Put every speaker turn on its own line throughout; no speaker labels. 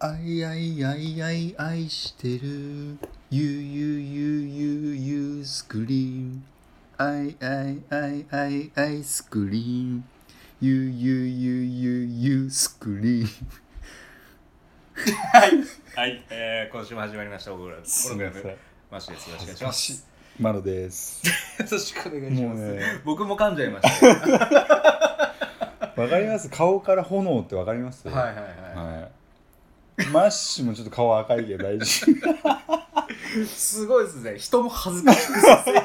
あいあいあいあい愛してる。ゆうゆうゆうゆうゆうスクリーン。あいあいあいあいアイスクリーン。ゆうゆうゆうゆうゆうスクリーン。
はい、はいえー、今週も始まりました、オグラム。
す
オ
い
グラ
ま
ム
せん
マシです。よろしくお願いします。
マロです。
よろしくお願いし
も
ま
う
す。
ね、
僕も噛んじゃい ました。は
わかります顔から炎ってわかります
いはいは
はい。マッシュもちょっと顔赤いけど大事。
い。すごいですね。人も恥ずかしくさせる。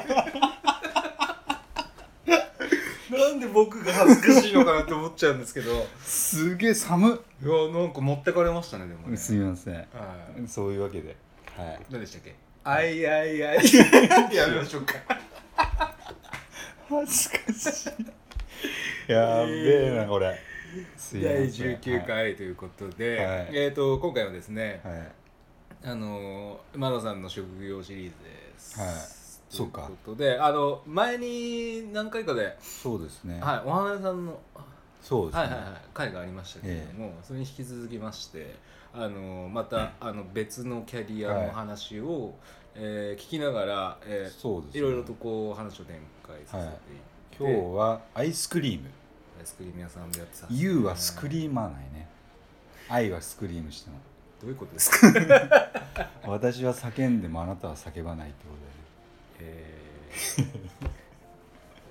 なんで僕が恥ずかしいのかなって思っちゃうんですけど、い
すげえ寒
やなんか持ってかれましたねでもね。
すみません。
はい。
そういうわけで。はい。
何でしたっけ？あいあいあい。 やめましょうか。
恥ずかしい。やべえな、これ。すいません
第19。回ということで、
はい
えっ、と今回はですね、
はい。はい
あのーマロさんの職業シリーズです。
はいそう
と
か
いうことで、あの前に何回かで、はい、
そうですね。
お花屋さんの、
そうです
は
ね。
いはいはい、会がありましたけれども、それに引き続きまして、あのーまた、あの別のキャリアの話を、えー聞きながら、え
そうです
ー
ね
いろいろとこう話を展開させていって、
今日はアイスクリーム。
アイスクリーム屋さんでやってた。
U はスクリーマーないね。愛はスクリームしても。
どういうことですか？
私は叫んでもあなたは叫ばないってことだよね。
え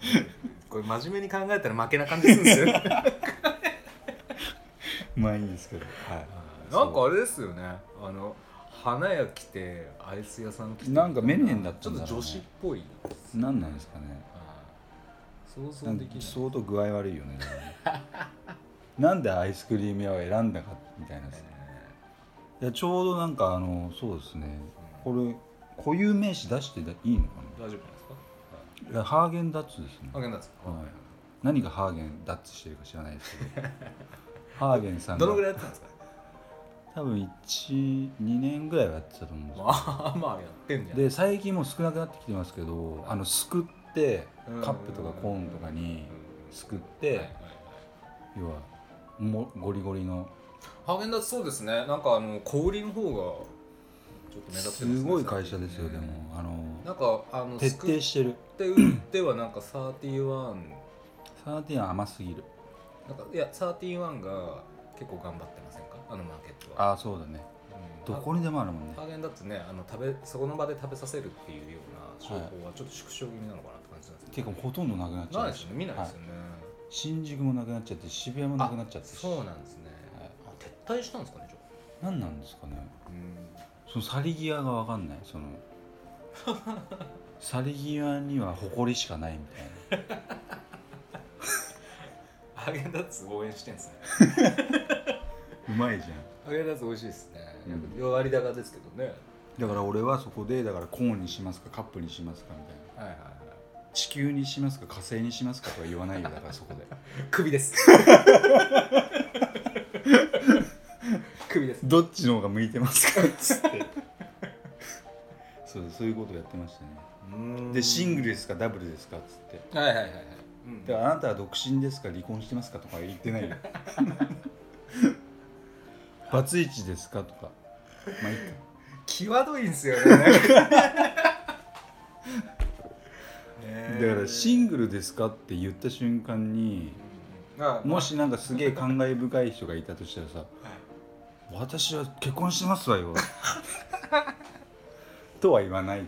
ーこれ真面目に考えたら負けな感じするんですよね
まあいいんですけど。はい。
なん かあれですよねあの花屋来てアイス屋さん来て
なんかメネンだったんだろうね
ちょっと女子っぽい
何なんですかね。
あー想
な
像
ん
で
か
きない
相当具合悪いよね。でもねなんでアイスクリーム屋を選んだかみたいなですね。いやちょうどなんかあのそうですねこれ固有名詞出してだいいのか
大丈夫なんですか
ないやハーゲンダッツですね、
ハーゲンダッツ
はい何がハーゲンダッツしてるか知らないです けどハーゲンさんが
どのぐらいやってたんですか
多分12年ぐらいはやってたと思うんですよ
まあまあやってんじゃん
で最近もう少なくなってきてますけどあのすくって
うん
カップとかコーンとかにすくっ
はいは
て
いはい
要はもゴリゴリの
ハーゲンダッツそうですねなんかあの小売りの方がちょっと目立ってますね
すごい会社ですよでもあ
な
の
んかあの
徹
すくっ
底してる
て売ってはなんか31
サーティン甘すぎる
なんかいや31が結構頑張ってませんかあのマーケットは
ああそうだね
うん
どこにでもあるもんね
ハーゲンダッツねあの食べそこの場で食べさせるっていうような商法はちょっと縮小気味なのかなって感じなんです
て
け
いう
ど、
かほとんどなくなっちゃう
ないですよね見ないですよ
は
ね、
新宿もなくなっちゃって渋谷もなくなっちゃって
そうなんですね、
はい
あ撤退したんですかねじゃ
何なんですかね
あ
そ
うん
の去り際が分かんないその去り際には誇りしかないみたいな
ハーゲンダッツ応援してんですね
うまいじゃん
ハーゲンダッツ美味しいですね、
うん
やっぱ弱割高ですけどね
だから俺はそこでだからコーンにしますかカップにしますかみたいな
はいはいはい
地球にしますか火星にしますかとか言わないよだからそこで
首です首で す
どっちの方が向いてますかっつってそうそういうことやってましたねでシングルですかダブルですかっつって
はいはいはいはい、うん
だからあなたは独身ですか離婚してますかとか言ってないよバツイチですかとかまあいいか
際どいんです よね
だからシングルですかって言った瞬間にもしなんかすげえ感慨深い人がいたとしたらさ「私は結婚してますわよ」 とは言わない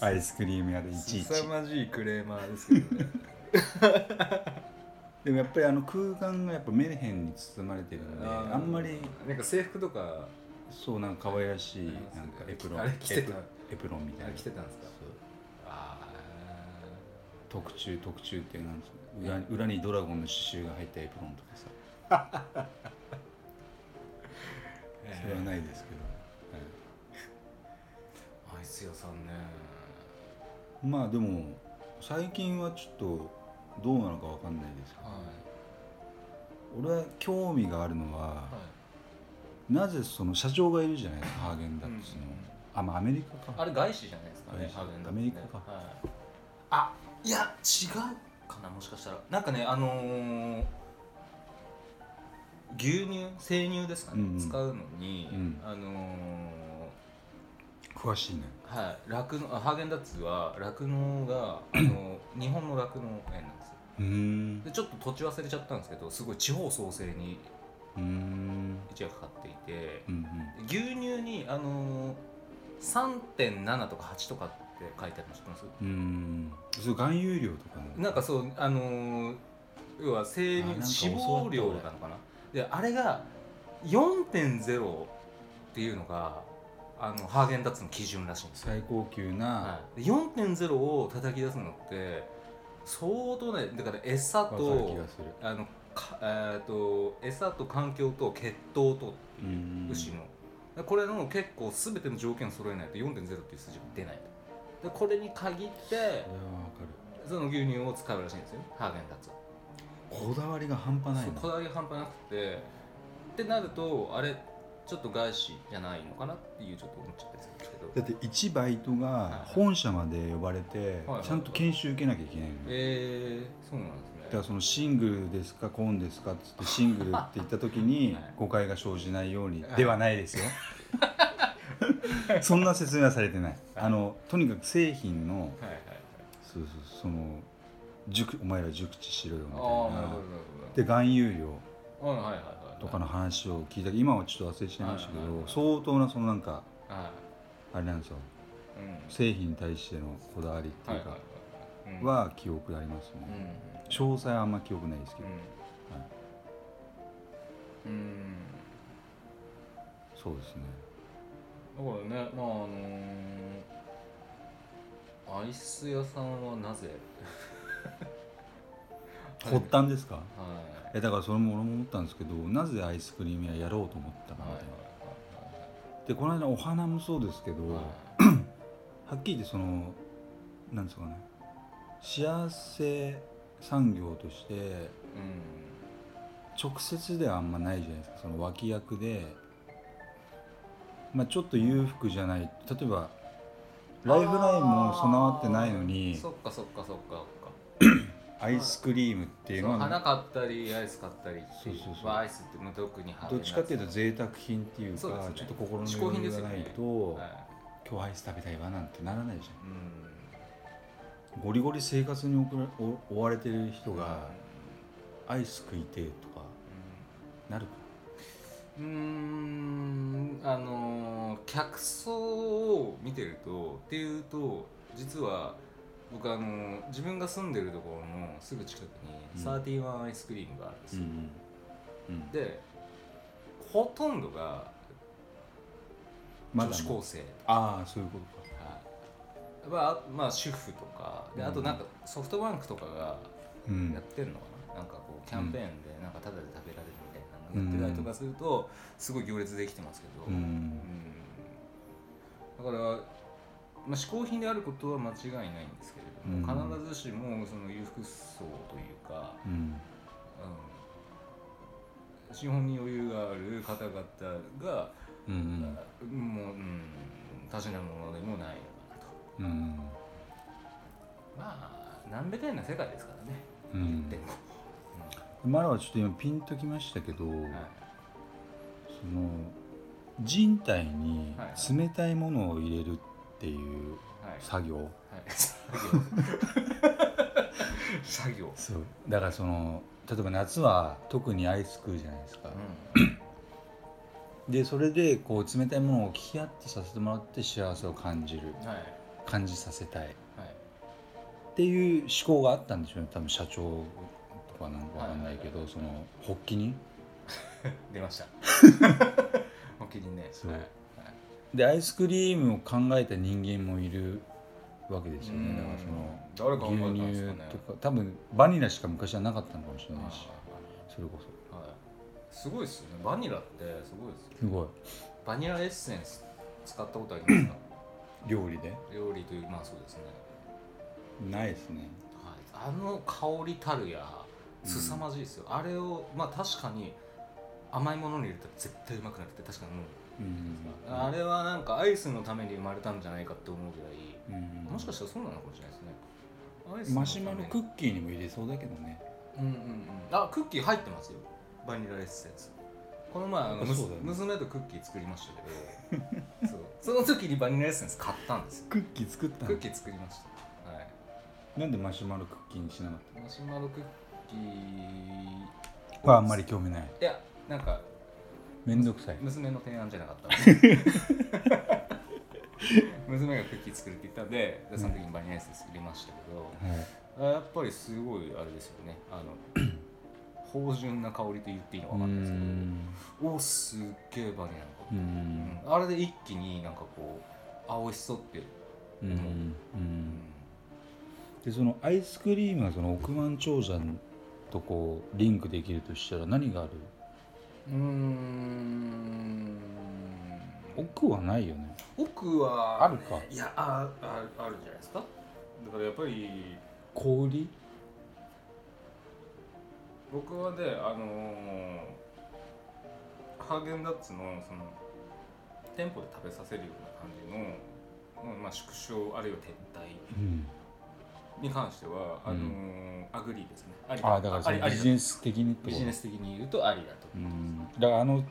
アイスクリーム屋でいちいち
凄まじいクレーマーですけ どね
でもやっぱりあの空間がやっぱメルヘンに包まれてるんであんまり
なんか制服とか
そうなんか可愛らしいなんかエプロン
あれ着て
エ
た
プエプロンみたい
あ
な
れ着てたんですか
そう
あ
特注特注ってなんですか裏に裏にドラゴンの刺繍が入ったエプロンとかさそれはないですけど、はい
あアイス屋さんね
まあでも最近はちょっとどうなのかわかんないですけど、
は
俺は興味があるのは、
いはい
なぜその社長がいるじゃないですかハーゲンダッツの、
うん
あまあアメリカか
あれ外資じゃないですかね
外資
ハーゲンダッツね
アメリカか
はい、あいや違うかなもしかしたらなんかねあのー牛乳生乳ですかね、
うんうん
使うのに、
うん
あの
詳しいね
ーはい酪農あハーゲンダッツは酪農が、あの ー日本の酪農園なんですよ
うーん
でちょっと土地忘れちゃったんですけどすごい地方創生に
うーん
一夜かかっていて
うんうん
牛乳に、あのー、3.7とか8とかって書いてあるの知ってます
うーんそう含有量とかの
なんかそうあのー要は生
あなんか
乳脂肪量なのかなであれが4.0っていうのがあのハーゲンダッツの基準らしいんですよ、
最高級な
はい、で4.0を叩き出すのって相当ねだから餌
わかる気
と
がする
あのかえーと餌と環境と血糖と
うーん
牛の、でこれの結構全ての条件を揃えないと4.0っていう数字が出ないとでこれに限って
それはわかる
その牛乳を使うらしいんですよハーゲンダッツを
こだわりが半端ない
そう
な
こだわりが半端なくてってなるとあれちょっと外資じゃないのかなっていうちょっと思っちゃったんですけ
だ
ど
って一バイトが本社まで呼ばれて
はいはい
ちゃんと研修受けなきゃいけないのよ
えー、そうなん
だ
です
から
ね
そのシングルですかコーンですかっつ ってシングルって言った時に
はい
誤解が生じないように
はい
ではないですよそんな説明はされてないあのとにかく製品の
はいはいはい
そうそうその熟お前ら熟知しろよみたい
ああなるほどなる
なで含有量
ほどうんはいはいはいはい
とかの話を聞いたけど今はちょっと忘れちゃいましたけ
はいはい
ど
はい
相当なそのなんか
は
あれなんですよ
いうん
製品に対してのこだわりって
はいいうは
か
いはいうん
は記憶あります
うん
ね詳細はあんま記憶ないですけど、はい
うんうん
そうですね
だからねまああのーアイス屋さんはなぜはい
発端ですか
はい
えだからそれも俺も思ったんですけどなぜアイスクリーム屋やろうと思ったかみたいな、でこの間お花もそうですけど、はっきり言ってそのなんですかね幸せ産業として直接ではあんまないじゃないですかその脇役で、まあ、ちょっと裕福じゃない例えばライフラインも備わってないのに
そっかそっかそっかそっか
アイスクリームっていうの
そう
は
花買ったりアイス買ったりっていう
そうそうそう
まあアイスって無毒に
どっちかっていうと贅沢品っていうか
そうですね
ちょっと心の
嗜好
余
品
裕
です
が
よね
ないと、
は
今日アイス食べたいわなんてならないじ
いうん
ゃんゴリゴリ生活に送らお追われてる人がアイス食いてえとかなるか
うんうんあのー客層を見てるとっていうと実は僕あのー自分が住んでるところのすぐ近く
う
に
ん
サーティワンアイスクリームがあるんですよ、
うん
でほとんどが
ま
女
だね
子高生、
ああそういうことか
はいまあ、まあ主婦とかであとなんかソフトバンクとかが
うん
やってるのかな,、なんかこうキャンペーンでなんかタダで食べられるみたいなのやってたりとかするとすごい行列できてますけど、
う
うん
ん
だから、まあ、嗜好品であることは間違いないんですけれども、
うん
必ずしもその裕福層というか、
うん
うん、資本に余裕がある方々が、
うんうん
もう、うん、たしなむものでもないのかなと
うん
まあ何べたいな世界ですからね、
う
言っ
ん
ても、
マラはちょっと今ピンときましたけど、
うんはい
その人体に
はい
冷たいものを入れるっていう
はい
作業、
はい、作業作業、
そうだからその例えば夏は特にアイス食うじゃないですか、
うん、
でそれでこう冷たいものを引き合ってさせてもらって幸せを感じる
はい
感じさせたいっ
はい
ていう思考があったんでしょうね多分社長とかなんかわかんないけど、
はい
その発起人
出ました お気にね
そう
はい
でアイスクリームを考えた人間もいるわけですよ
う
ね
ん
だからその
誰が考えたんですか
牛
ね
乳とか多分バニラしか昔はなかったのかもしれないし
は
それこそ
いはいすごいですよねバニラってすごいですよ
すごい
バニラエッセンス使ったことあり ますか
料理で
料理というまあそうですね、
ないですね
はい、あの香りたるや凄まじいですよ、あれをまあ確かに甘いものに入れたら絶対うまくなるって確かに思う
うん
あれはなんかアイスのために生まれたんじゃないかって思うぐらい
うん
もしかしたらそうなのかもしれないですねアイスのために
マシュマロクッキーにも入れそうだけどね
うんうんうんあクッキー入ってますよバニラエッセンスこの前あの、
あそうだよね
娘とクッキー作りましたけ どそうその時にバニラエッセンス買ったんですよ
クッキー作った
ク
の
ッキー作りましたはい
なんでマシュマロクッキーにしなかっ
マシュマロクッキ
た
ー
これあんまり興味ない
いやなんか
めんどくさい
娘の提案じゃなかった 娘がクッキー作るって言ったんででその時にバニラエッセンス作りましたけど、
はい
あやっぱりすごいあれですよねあの 芳醇な香りと言っていいのか
うー
分かんないですけ
ん
どおすっげえバニラの
う
香
ー
り、
ん
うんあれで一気になんかこうあ美味しそうって、
うーんう
うん
んでそのアイスクリームがその億万長者とこうリンクできるとしたら何がある
うーん
奥はないよね
奥は
あるか
いやあああるんじゃないですかだからやっぱり
氷
僕はねあのーハーゲンダッツのその店舗で食べさせるような感じの、うんまあ、縮小あるいは撤退
うん
に関しては、あのー
う
アグリーですねあり
ああだからそ
ありあ
の
り
ビ
だ
ジネス的にってこ
ビジ
と
ネス的に言うとありだと、
うんだからあの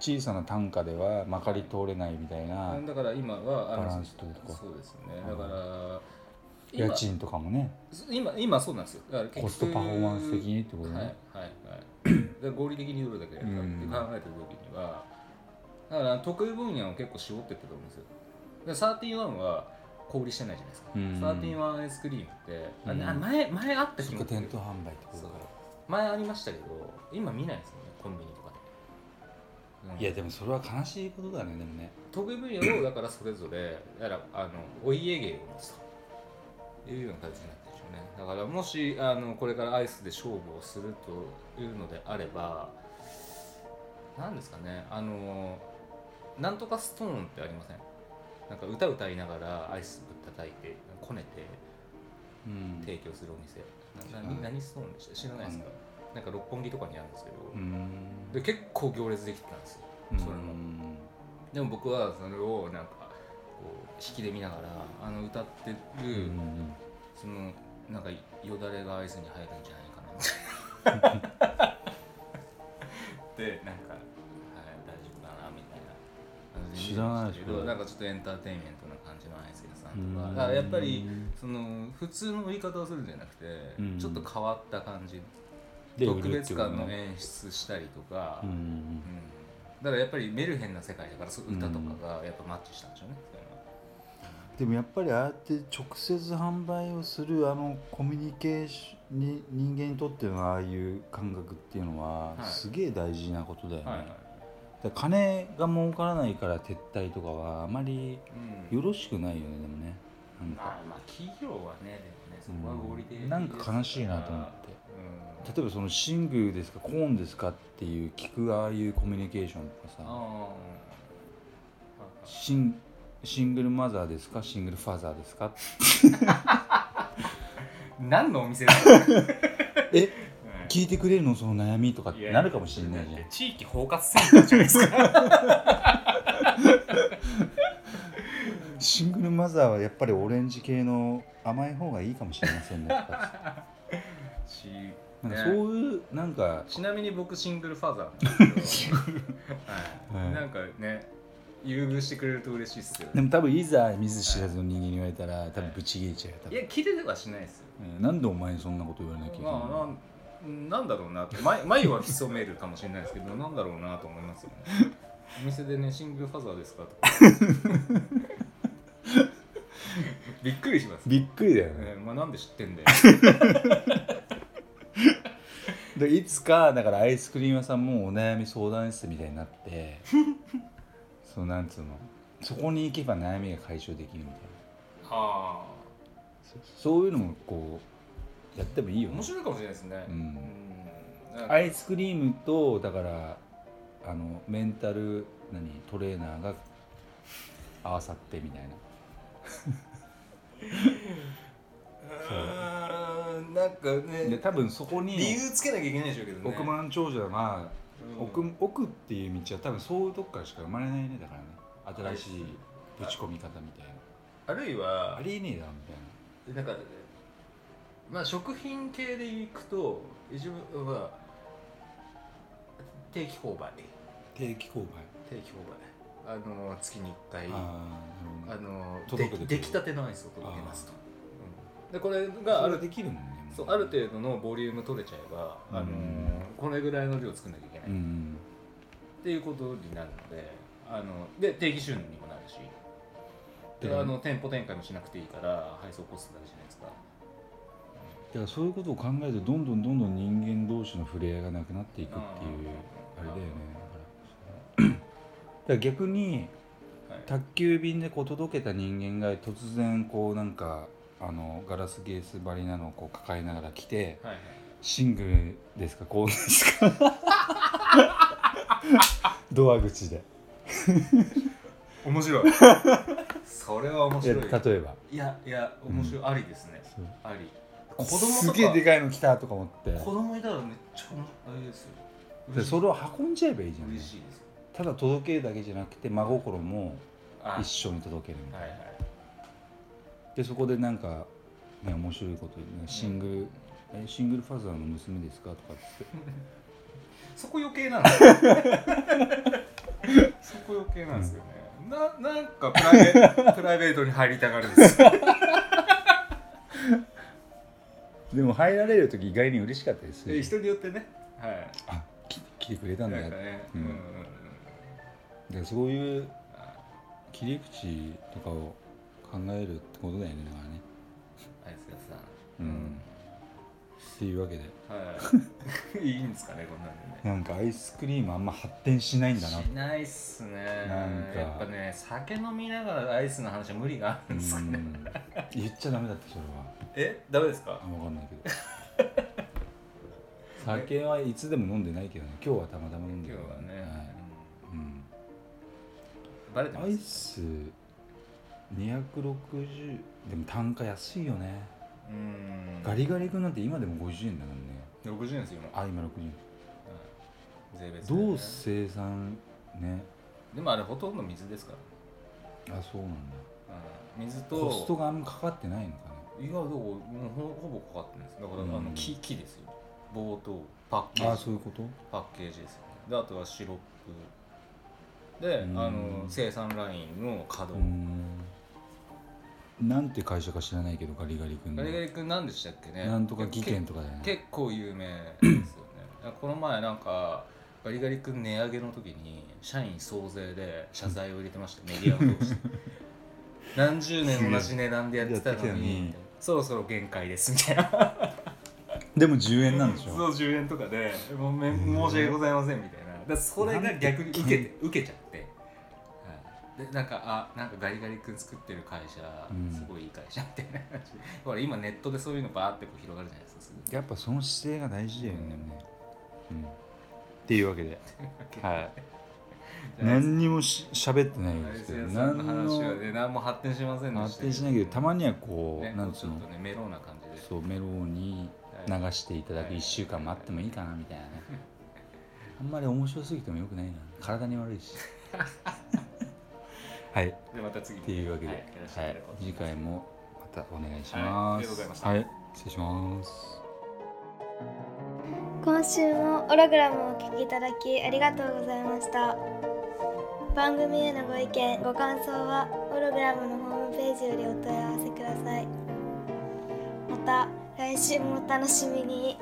小さな単価ではまかり通れないみたいな
だから今は
バ
あの
ランスというか
そうですね
うん
だから
家賃とかもね
今今今そうなんですよだから結局
コストパフォーマンス的にってことね、
はいはいはいだ から合理的にどれだけやるかって考えてる時にはだから得意分野を結構絞ってってると思うんですよでサーティワンは小売りしてないじゃないですか、
うん
サーティワンアイスクリームって、あ
うん
な前前あった
そ
気
っ
も
か店頭販売ってことだか
前ありましたけど今見ないですもんねコンビニとかで、
ら
うん
いやでもそれは悲しいことだねでもね
得意分野をだからそれぞれだからあのお家芸を持つというような形になってるんでしょうねだからもしあのこれからアイスで勝負をするというのであれば何ですかねあのなんとかストーンってありませんなんか歌歌いながらアイスぶったたいてこねて
うん
提供するお店な
う
何
ん
何ストーンでした知らないですかなんか六本木とかにあるんですけど、
うん
で結構行列できてたんですよそれも
うん
でも僕はそれをなんかこう引きで見ながらあの歌ってる、
うん
そのなんかよだれが合図に入るんじゃないかな みたいなでなんか、はい、大丈夫かなみたいな感じで見てましたけ
知らないです
ど
ね
なんかちょっとエンターテインメントな感じのアイス屋さ
うん
とか
ん
だからやっぱりその普通の売り方をするんじゃなくて、
うん
ちょっと変わった感じ
で
特別感
売る
の
っていう
演出したりとか、
ことねうん
だからやっぱりメルヘンな世界だからそう歌とかがやっぱマッチしたんでしょうね、
でもやっぱりああやって直接販売をするあのコミュニケーションに人間にとってのああいう感覚っていうのは、
はい
すげえ大事なことだよね、
はいはい、
だから金が儲からないから撤退とかはあまり
うん、
よろしくないよねでもねなんか
まあまあ企業はねでもねそこは合理的
うんなんか悲しいなと思って例えばそのシングですかコーンですかっていう聞くああいうコミュニケーションとか
うん、あ
さ
あ
シンシングルマザーですかシングルファザーですか
何のお店だろう
え
うん
聞いてくれるのその悩みとかっ
い
て
や
なるかもしれないじゃん
だって地域包括センターじゃないですか
シングルマザーはやっぱりオレンジ系の甘い方がいいかもしれま せんね。とか
し
なんか
ね
そういうなんか
ちなみに僕シングルファーザーなんですけど、はい
はい
なんかね優遇してくれると嬉しいっすよね
でも多分いざ見ず知らずの人間に言われたら多分ブチ切れちゃうよ多
い
分
や聞いててはしないですよ
うんなんでお前にそんなこと言われなきゃいけない
ま
の
あなんなんだろうなって眉眉は潜めるかもしれないですけどなんだろうなと思いますよね お店でねシングルファザーですかとかびっくりします、
びっくりだよね
え。ーまあ、なんで知ってんだよ
でいつかだからアイスクリーム屋さんもお悩み相談室みたいになって そのなんつうのそこに行けば悩みが解消できるみたいな
あ
そそういうのもこうやってもいい
あ
よね
面。白いかもしれないですね
うん
うんなんか
アイスクリームとだからあのメンタル何トレーナーが合わさってみたいな
うーんなんか
で
ね
多分そこ
理
に
由つけなきゃいけないでしょうけどね
億万長者が
うん
奥奥っていう道は多分そういうとこからしか生まれないねだからね新しいぶち込み方みたい
あるい
な
は
ありえねえだろみたい
なんかまあ食品系でいくと一応は定期購買
定期購
定期購買あの月に1回
買
あ
ああなる
の
届けてくれる
で出来たてのアイスを届けますと、うんでこれ
ほど
があ
それ
る
できるもんね
そうある程度のボリューム取れちゃえば、あの
うん
これぐらいの量作んなきゃいけない、
う
っ
ん
ていうことになるのであので定期収入にもなるしで
うん
あの店舗展開もしなくていいから配送コストになるじゃないですか
だからそういうことを考えてどんどんどんどん人間同士の触れ合いがなくなっていくっていうあれだよねだからだから逆に
はい
宅急便でこう届けた人間が突然こうなんかあのガラスケース張りなのをこう抱えながら来て
はいはい
「シングルですかこうです か? 」ドア口で
面白 いそれは面
いや
白い
例えば
いやいや面白い、ありですね
そう
あり
子
子
供
供
す
とか
げえでかいの来たとか思って
子供いたらめっちゃ面白いあれですよ
でそれを運んじゃえばいいじゃん
嬉しいですよ
ただ届けるだけじゃなくて真心も
あ
一緒に届けるみたい
は
ない
はい
でそこでなんか、ね、面白いこと言うねシングル、えシングルファザーの娘ですか?」とかっつって
そこ余計なんで すよそこ余計なんですよね、ななんかプライベ ートプライベートに入りたがるんですよ
でも入られる時意外に嬉しかったです
で
よ
人によってねはい
あき来てくれたんだ
なんか
だか
ね、
う
うんんうんうん、
らそういう
あ
切り口とかを考えるってことだよねだからね
あいつがさ
う
うんん、
っていうわけで
は いいいんですかねこんなんでね
なんかアイスクリームあんま発展しないんだな
しないっすね
なんか
やっぱね酒飲みながらアイスの話は無理があ
う
るんですかね、
ん言っちゃダメだってそれは
えダメですか
あ分かんないけど 酒はいつでも飲んでないけどね今日はたまたま飲んで
今日
るか
は
ら
ね、
はいうん
バレてま
アイ
す
ス260でも単価安いよね、
うん
ガリガリ君なんて今でも50円だもんね
60円ですよ今
あ今60円
はい税別でね
どう生産ね
でもあれほとんど水ですから、
あそうなんだ
うん、水と
コストがあんまかかってないのか
いやどうもうほほぼかかってないですだから、
うん
あの木木ですよ棒とパッケ
ねあ
ー
あ
ジ
そういうこと
パッケージですよねであとはシロップで、
うん
あの生産ラインの稼
うー
働、
んなんて会社か知らないけどガリガリ君の
ガリガリ君何でしたっけね
なんとか技研
け
とかだよね
結構有名です よねだからこの前なんかガリガリ君値上げの時に社員総勢で謝罪を入れてましたメディア を通して何十年同じ値段でやってたの
やってたの
に
に
そろそろ限界ですみたいな
でも10円なんでしょ
そう10円とかでもうめ申し訳ございませんみたいなだからそれが逆に受けて受けちゃって、はい、でなんかあなんかガリガリ君作ってる会社
うん
すごいいい会社みたいな感じほら今ネットでそういうのバーってこう広がるじゃないですかすぐ
やっぱその姿勢が大事だよね、うん、っていうわ けではい何にもし喋ってないですけど何
何の話は
の
ね何も発展しませんでした
発展しないけどたま
に
にはこう、
ね
なんつ
ち
う
ょ
の
っとねメロウな感じで
そうメロウに流
はい
していただく
はい
1週間もあってもいいかなみたいなねあんまり面白すぎてもよくないな体に悪い しはいっ
でまた次って
いうわけで、
はいよろしくお願いします
次回もまたお願いし
はいあ
ま
りがとうございますした
はい失礼します
今週もオログラムをお聞きいただきありがとうございました番組へのご意見ご感想はオログラムのホームページよりお問い合わせくださいまた来週もお楽しみに